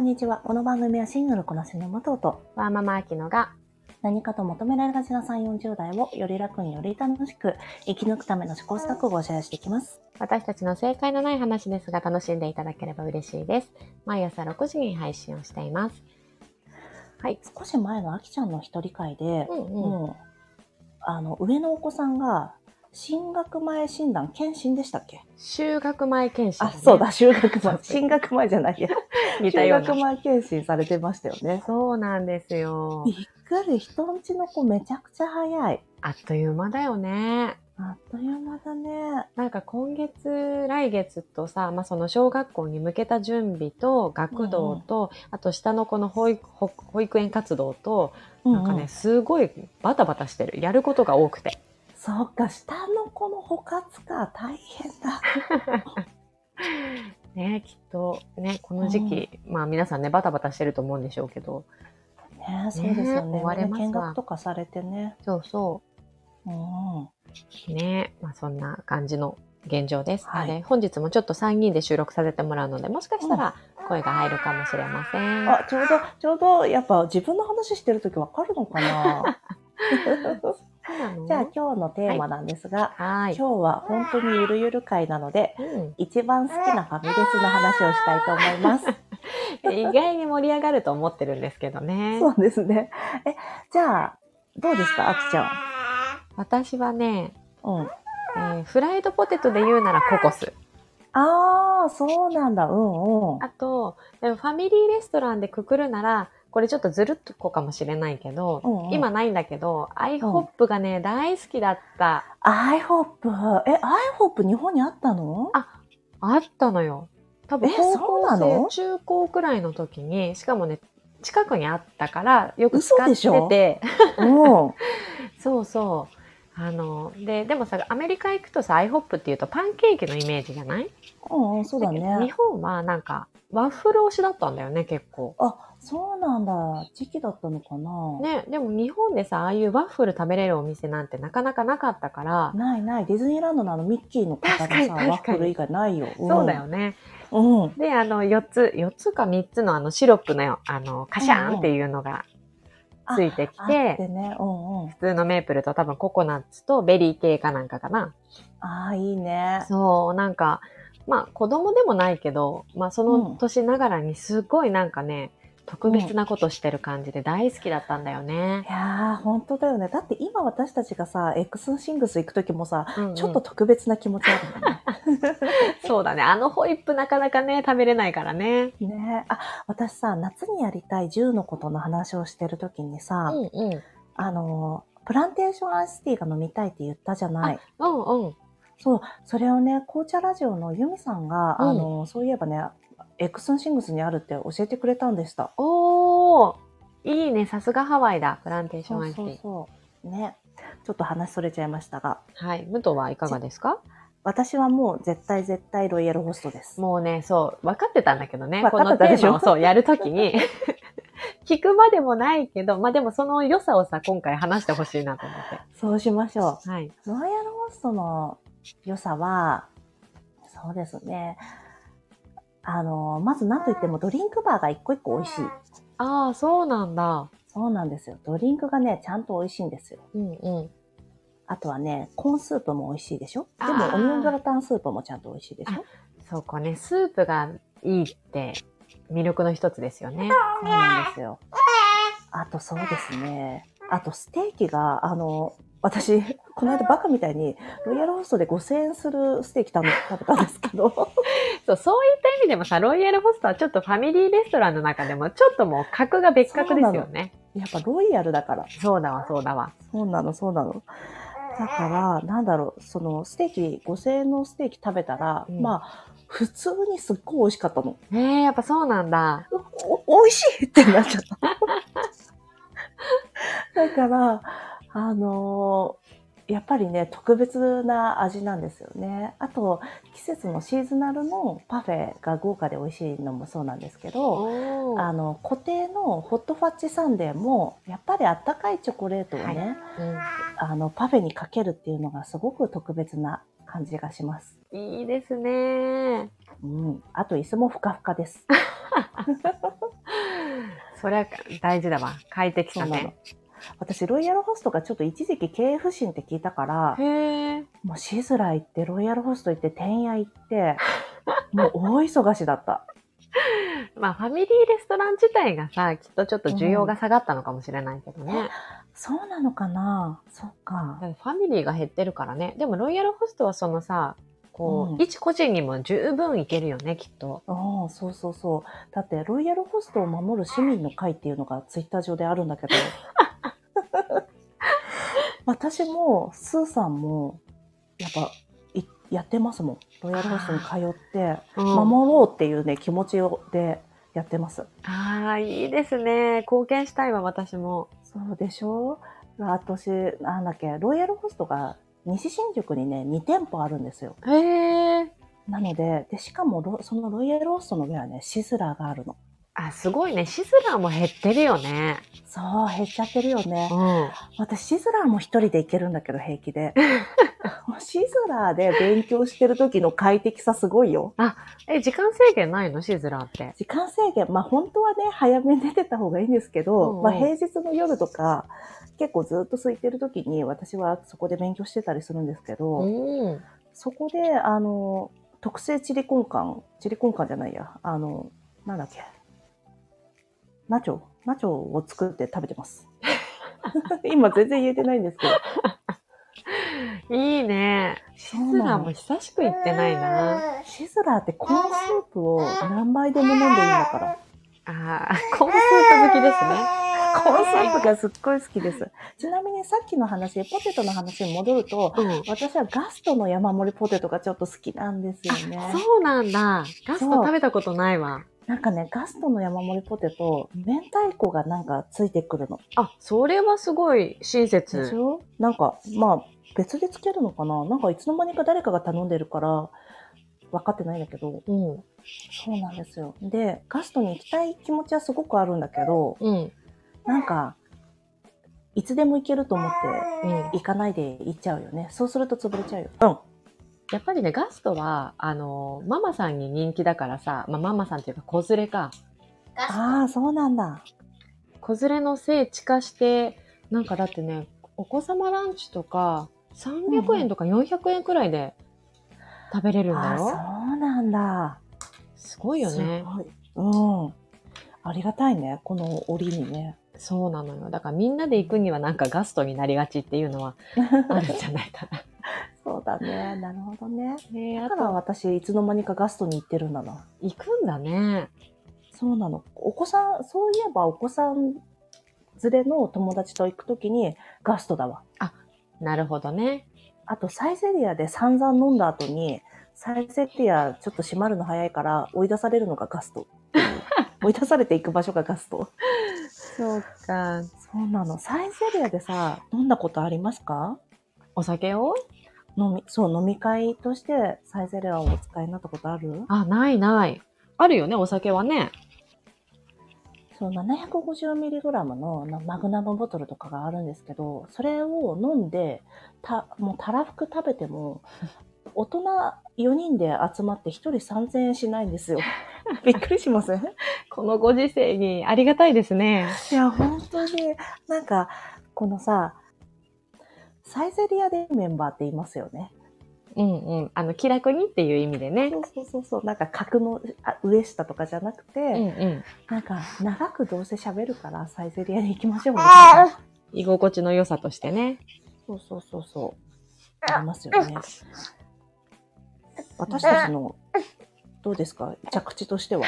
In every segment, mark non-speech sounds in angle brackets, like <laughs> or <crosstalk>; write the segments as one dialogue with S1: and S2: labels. S1: にちは。この番組はシングルこなしの武藤と
S2: わーママアキノが、
S1: 何かと求められがちな3、40代をより楽により楽しく生き抜くための試行錯誤をシェアしていきます。
S2: 私たちの正解のない話ですが、楽しんでいただければ嬉しいです。毎朝6時に配信をしています。はい。
S1: 少し前のあきちゃんの一人会で
S2: う、んうん。
S1: もう、あの、上のお子さんが、進学前診断、検診でしたっけ
S2: 修学前検診、
S1: あ、そう。だ、修学前。進学前じゃ <laughs> ないや。
S2: 見た
S1: 修
S2: よう
S1: 学
S2: な。
S1: 前検診されてましたよね。
S2: そうなんですよ
S1: び。っくり、人んちの子めちゃくちゃ早い。
S2: あっという間だよね。
S1: あっという間だね。
S2: なんか今月、来月とさ、まあ、その小学校に向けた準備と、学童と、あと下の子の保育保保育園活動と、なんか
S1: う
S2: ね、すごいバタバタしてる。やることが多くて。
S1: そうか、下の子の補活か、大変だ。
S2: ね、きっとね、この時期、まあ皆さんね、バタバタしてると思うんでしょうけど、
S1: ねそうですよね。
S2: ね追われますわ
S1: 見学とかされてね。
S2: そうそ
S1: うん。
S2: う。ね、まあそんな感じの現状です。
S1: はい
S2: で本日もちょっと3人で収録させてもらうので、もしかしたら声が入るかもしれません。
S1: あ、ち
S2: <laughs>
S1: ょうど、ちょうど、やっぱ自分の話してるときわかるのか
S2: <laughs>
S1: な
S2: そうなの
S1: じゃあ今日のテーマなんですが、
S2: はーい。
S1: 今日は本当にゆるゆる会なので、
S2: うん
S1: 一番好きなファミレスの話をしたいと思います。
S2: <laughs> 意外に盛り上がると思ってるんですけどね。
S1: そうですね。え、じゃあ、どうですか、あきちゃん。
S2: 私はね、
S1: うん。
S2: えーフライドポテトで言うならココス。
S1: ああ、そうなんだ。うんうん。
S2: あと、でもファミリーレストランでくくるなら、これちょっとずるっとこかもしれないけど、
S1: うんうん
S2: 今ないんだけど、アイホップがね、大好きだった。
S1: iHop。え、iHop 日本にあったの
S2: あったのよ。多分
S1: え
S2: 高
S1: そうなの
S2: 校生、中高くらいの時に、しかもね、近くにあったから、よく使
S1: 嘘で
S2: っ
S1: しょ
S2: てて、 <laughs>
S1: うん。
S2: そうそう。あの、で、でもさ、アメリカ行くとさ、アイホップっていうとパンケーキのイメージじゃない
S1: うんうん、そうだ
S2: けど日
S1: ね。
S2: 本はなんか、ワッフル推しだったんだよね、結構。
S1: あ、そうなんだ。時期だったのかな。
S2: ね、でも日本でさ、ああいうワッフル食べれるお店なんてなかなかなかったから、
S1: ないない。ディズニーランドのあのミッキーの方
S2: 確
S1: の
S2: かに
S1: さ、
S2: 確かに
S1: ワッフル以外ないよ。ん
S2: そうだよ。ね。
S1: うん。
S2: で、あの、4つ、4つか3つのあのシロップの、あの、カシャーンっていうのがついてき
S1: あって
S2: て、
S1: ね。うんうん。
S2: 普通のメープルと多分ココナッツとベリー系かなんかかな。
S1: ああ、いいね。
S2: そう、なんか、まあ子供でもないけど、まあその年ながらにすごいなんかね、特別なことしてる感じで大好きだったんだよね
S1: い。やー、本当だよね。だって今私たちがさ、X シングス行くときもさ、
S2: うんうん
S1: ちょっと特別な気持ちあるよね。 <laughs>
S2: そうだね。あのホイップなかなかね、食べれないからね。
S1: ねあ、私さ、夏にやりたい10のことの話をしてるときに
S2: う
S1: さ、
S2: んうん。
S1: あのー、プランテーションアイスティーが飲みたいって言ったじゃない。
S2: うんうん。
S1: そう、それをね、紅茶ラジオのユミさんが、
S2: うん
S1: あの、そういえばね、エクソンシングスにあるって教えてくれたんでした。
S2: おーいいね。さすがハワイだ。プランテーションアイスティー。
S1: そう。ね。ちょっと話それちゃいましたが、
S2: はい。武藤はいかがですか
S1: 私はもう絶対絶対ロイヤルホストです。
S2: もうね、そう、分かってたんだけどね。
S1: 分
S2: こ
S1: かって
S2: の
S1: たで
S2: テ
S1: し
S2: ー
S1: ょ
S2: マをそう、やるとき <laughs> に。聞くまでもないけど、まあでもその良さをさ、今回話してほしいなと思っ
S1: そうしましょ
S2: て。はい。
S1: う。ロイヤルホストの良さは、そうですね。あの、まず何と言ってもドリンクバーが一個一個美味しい。
S2: ああ、そうなんだ。
S1: そうなんですよ。ドリンクがね、ちゃんと美味しいんですよ。
S2: うんうん。
S1: あとはね、コーンスープも美味しいでしょで
S2: あ
S1: も、
S2: ー
S1: オニオングラタンスープもちゃんと美味しいでしょ
S2: そうかね、スープがいいって魅力の一つですよね。
S1: そうなんですよ。あとそうですね。あとステーキが、あの、私、この間バカみたいに、ロイヤルホストで5000円するステーキ食べ食べたんですけ
S2: <laughs>
S1: ど、
S2: <laughs> そう、そういった意味でもさ、ロイヤルホストはちょっとファミリーレストランの中でも、ちょっともう格が別格ですよね。
S1: やっぱロイヤルだから。
S2: そうだわ、そうだわ。
S1: そうなの、そうなの。だから、なんだろう、そのステーキ、5000円のステーキ食べたら、
S2: うん
S1: まあ、普通にすっごい美味しかったの。
S2: ねえやっぱそうなんだ。
S1: お、美味しいってなっちゃった。 <laughs> だから、あのーやっぱりね、特別な味なんですよね。あと、季節のシーズナルのパフェが豪華で美味しいのもそうなんですけど、
S2: お
S1: あの、固定のホットファッチサンデーも、やっぱりあったかいチョコレートをね、
S2: はい
S1: あの、パフェにかけるっていうのがすごく特別な感じがします。
S2: いいですね。
S1: うん。あと、椅子もふかふかです。
S2: それは大事だわ。快適さね。
S1: 私、ロイヤルホストがちょっと一時期経営不振って聞いたから、
S2: へえ。
S1: もうシズラ行って、ロイヤルホスト行って、てんや行 <laughs> って、もう大忙しだった。
S2: まあ、ファミリーレストラン自体がさ、きっとちょっと需要が下がったのかもしれないけどね。だ
S1: そうなのかなそっか。
S2: からファミリーが減ってるからね。でも、ロイヤルホストはそのさ、こう、
S1: うん
S2: 一個人にも十分いけるよね、きっと。
S1: ああ、そうそうそう。だって、ロイヤルホストを守る市民の会っていうのがツイッター上であるんだけど。 <laughs> 私も、スーさんも、やっぱ、いやってますもん。ロイヤルホストに通って、
S2: うん
S1: 守ろうっていうね、気持ちをでやってます。
S2: ああ、いいですね。貢献したいわ、私も。
S1: そうでしょ私、なんだっけ、ロイヤルホストが西新宿にね、2店舗あるんですよ。
S2: へえ。
S1: なので、でしかもロ、そのロイヤルホストの上はね、シズラーがあるの。
S2: あ、すごいね。シズラーも減ってるよね。
S1: そう、減っちゃってるよね。
S2: ん。
S1: 私、シズラーも一人で行けるんだけど、平気
S2: <laughs>
S1: で。もうシズラーで勉強してる時の快適さすごいよ。
S2: え、時間制限ないのシズラーって。
S1: 時間制限、まあ本当はね、早めに出てた方がいいんですけど、
S2: うんうん
S1: まあ平日の夜とか、結構ずっと空いてる時に私はそこで勉強してたりするんですけど、
S2: うん。
S1: そこで、あの、特製チリコンカン、チリコンカンじゃないや、あの、なんだっけ、ナチョ、ナチョを作って食べて
S2: <laughs>
S1: ます。今全然言えてないんですけど。
S2: いいね。シズラーも久しく行ってないな。
S1: シズラーってコーンスープを何杯でも飲んでいいんだから。
S2: ああ、コーンスープ好きですね。
S1: コーンスープがすっごい好きです。ちなみにさっきの話、ポテトの話に戻ると、
S2: うん。
S1: 私はガストの山盛りポテトがちょっと好きなんですよね。
S2: あそうなんだ。ガスト
S1: そう
S2: 食べたことないわ。
S1: なんかね、ガストの山盛りポテト、明太子がなんかついてくるの。
S2: あ、それはすごい親
S1: でし
S2: 切。
S1: ょなんか、まあ、別でつけるのかななんかいつの間にか誰かが頼んでるから、分かってないんだけど、
S2: うん。
S1: そうなんですよ。で、ガストに行きたい気持ちはすごくあるんだけど、
S2: うん。
S1: なんか、いつでも行けると思って
S2: うん。
S1: 行かないで行っちゃうよね。そうすると潰れちゃうよ。うん。
S2: やっぱりね、ガストは、あの、ママさんに人気だからさ、まあ、ママさんっていうか、子連れか。
S1: ああ、そうなんだ。
S2: 子連れの聖地化して、なんかだってね、お子様ランチとか、300円とか400円くらいで食べれるんだ
S1: ああ、
S2: よ。
S1: そうなんだ。
S2: すごいよ
S1: す
S2: ね。
S1: ごい。うん。ありがたいね。この折にね。
S2: そうなのよ。だからみんなで行くにはなんかガストになりがちっていうのはあるんじゃ <laughs> ないかな。
S1: そうだね。なるほどね。
S2: ね
S1: だから私、いつの間にかガストに行ってるんだな。
S2: 行くんだね。
S1: そうなの。お子さん、そういえばお子さん連れの友達と行くときにガストだわ。
S2: なるほどね。
S1: あと、サイゼリアで散々飲んだ後に、サイゼリアちょっと閉まるの早いから追い出されるのがガスト。追い出されていく場所がガスト。
S2: そうか。
S1: そうなの。サイゼリアでさ、飲んだことありますか
S2: お酒を
S1: 飲み、そう、飲み会としてサイゼリアをお使いになったことある
S2: あ、ないない。あるよね、お酒はね。
S1: そう、750mg のあのマグナムボトルとかがあるんですけど、それを飲んで、た、もうたらふく食べて <laughs> も、大人4人で集まって1人3000円しないん <laughs> ですよ。びっくりしません
S2: このご時世にありがたいですね。
S1: いや、本当に、なんか、このさ、サイゼリアでメンバーっていますよね。
S2: うんうん。あの、気楽にっていう意味でね。
S1: そうそうそうそう、なんか格のあ上下とかじゃなくて、
S2: うんうん。
S1: なんか長くどうせ喋るからサイゼリアに行きましょうみたいな。
S2: 居心地の良さとしてね。
S1: そうそうそうそう。ありますよね。私たちの、どうですか着地と
S2: <laughs>
S1: しては。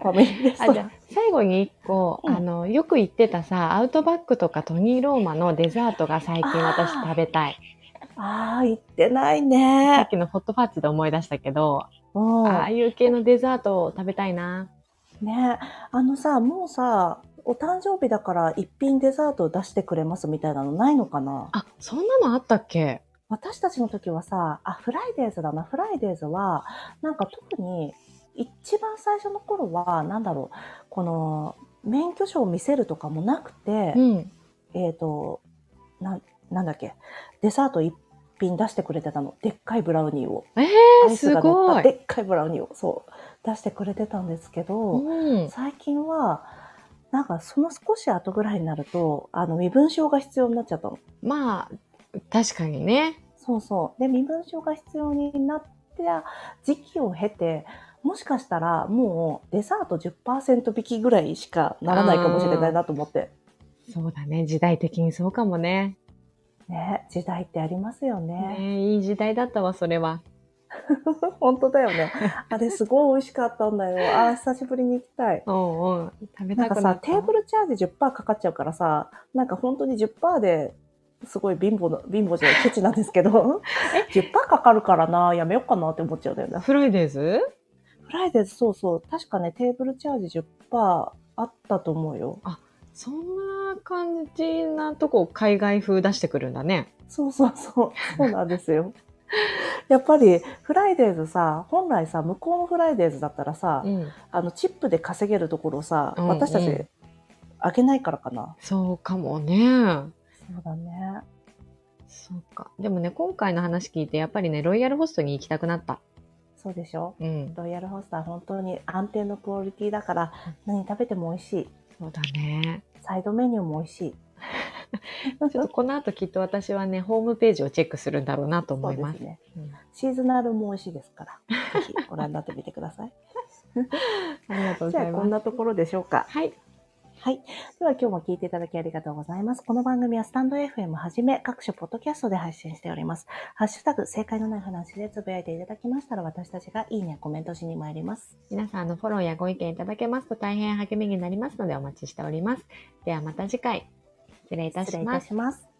S1: ファミリーレス
S2: あ
S1: ト
S2: じゃ
S1: ラン
S2: あ最後に一個、
S1: うん
S2: あのよく行ってたさアウトバックとかトニーローマのデザートが最近私
S1: あー
S2: 食べたい
S1: ああ、行ってない
S2: さ
S1: ね
S2: っ。きのホットパッチで思い出したけど、
S1: うん。
S2: ああいう系のデザートを食べたいな
S1: ねあのさ、もうさ、お誕生日だから一品デザートを出してくれますみたいなのないのかな
S2: あそんなのあったっけ
S1: 私たちの時はさ、あ、フライデーズだな、フライデーズは、なんか特に、一番最初の頃は、なんだろう、この、免許証を見せるとかもなくて
S2: う、ん
S1: えっ、と、な、なんだっけ、デザート一品出してくれてたの。でっかいブラウニーを。
S2: えー、
S1: アイス
S2: す
S1: が乗
S2: ご
S1: った
S2: い
S1: でっかいブラウニーを。そう。出してくれてたんですけど、
S2: うん
S1: 最近はなんかその少し後ぐらいになるとあの身分証が必要になっちゃったの。
S2: まあ、確かにね。
S1: そうそうで身分証が必要になった時期を経てもしかしたらもうデザート10%引きぐらいしかならないかもしれないなと思って、
S2: そうだね。時代的にそうかもね。
S1: ね、時代ってありますよね
S2: ねいい時代だったわ、それは。
S1: <laughs> 本当だよねあれすごい美味しかったんだよあー久しぶりに行きたい
S2: うんうん。食べ
S1: な
S2: た
S1: んか
S2: くな
S1: さ
S2: った。
S1: テーブルチャージ10%かかっちゃうからさなんか本当に10%ですごい貧乏な貧乏じゃないケチなんですけ
S2: <laughs>
S1: ど <laughs> 10%かかるからなやめようかなって思っちゃうんだよね
S2: フライデーズ
S1: フライデーズそうそう確かねテーブルチャージ10%あったと思うよ
S2: そんな感じなとこ海外風出してくるんだね。
S1: そうそうそうそうなんです
S2: <laughs>
S1: よやっぱりフライデーズさ本来さ向こうのフライデーズだったらさ、
S2: うん。
S1: あのチップで稼げるところをさ、
S2: うんうん
S1: 私たち開けないからかな
S2: そうかもね。
S1: そうだね
S2: そうか。でもね、今回の話聞いて、やっぱりね、ロイヤルホストに行きたくなった。
S1: そうでしょ
S2: うん。
S1: ロイヤルホスター本当に安定のクオリティだから何食べても美味しい
S2: そうだね。
S1: サイドメニューも美味しい
S2: <laughs> ちょっとこの後きっと私はね、ホームページをチェックするんだろうなと思います。
S1: そうでね
S2: うん
S1: シーズナルも美味しいですからぜひご覧になってみてくだ
S2: <laughs>
S1: さい
S2: ありがとうご
S1: じ
S2: ざ
S1: ゃ
S2: い
S1: あ
S2: ま
S1: こん
S2: す。
S1: なところでしょうか
S2: はい。
S1: はい。では今日も聞いていただきありがとうございます。この番組はスタンド FM はじめ各種ポッドキャストで配信しております。ハッシュタグ正解のない話でつぶやいていただきましたら私たちがいいね、コメントしに参ります。
S2: 皆さんあのフォローやご意見いただけますと大変励みになりますのでお待ちしております。ではまた次回。失礼いたし
S1: 失礼い
S2: ま
S1: た
S2: す。
S1: します。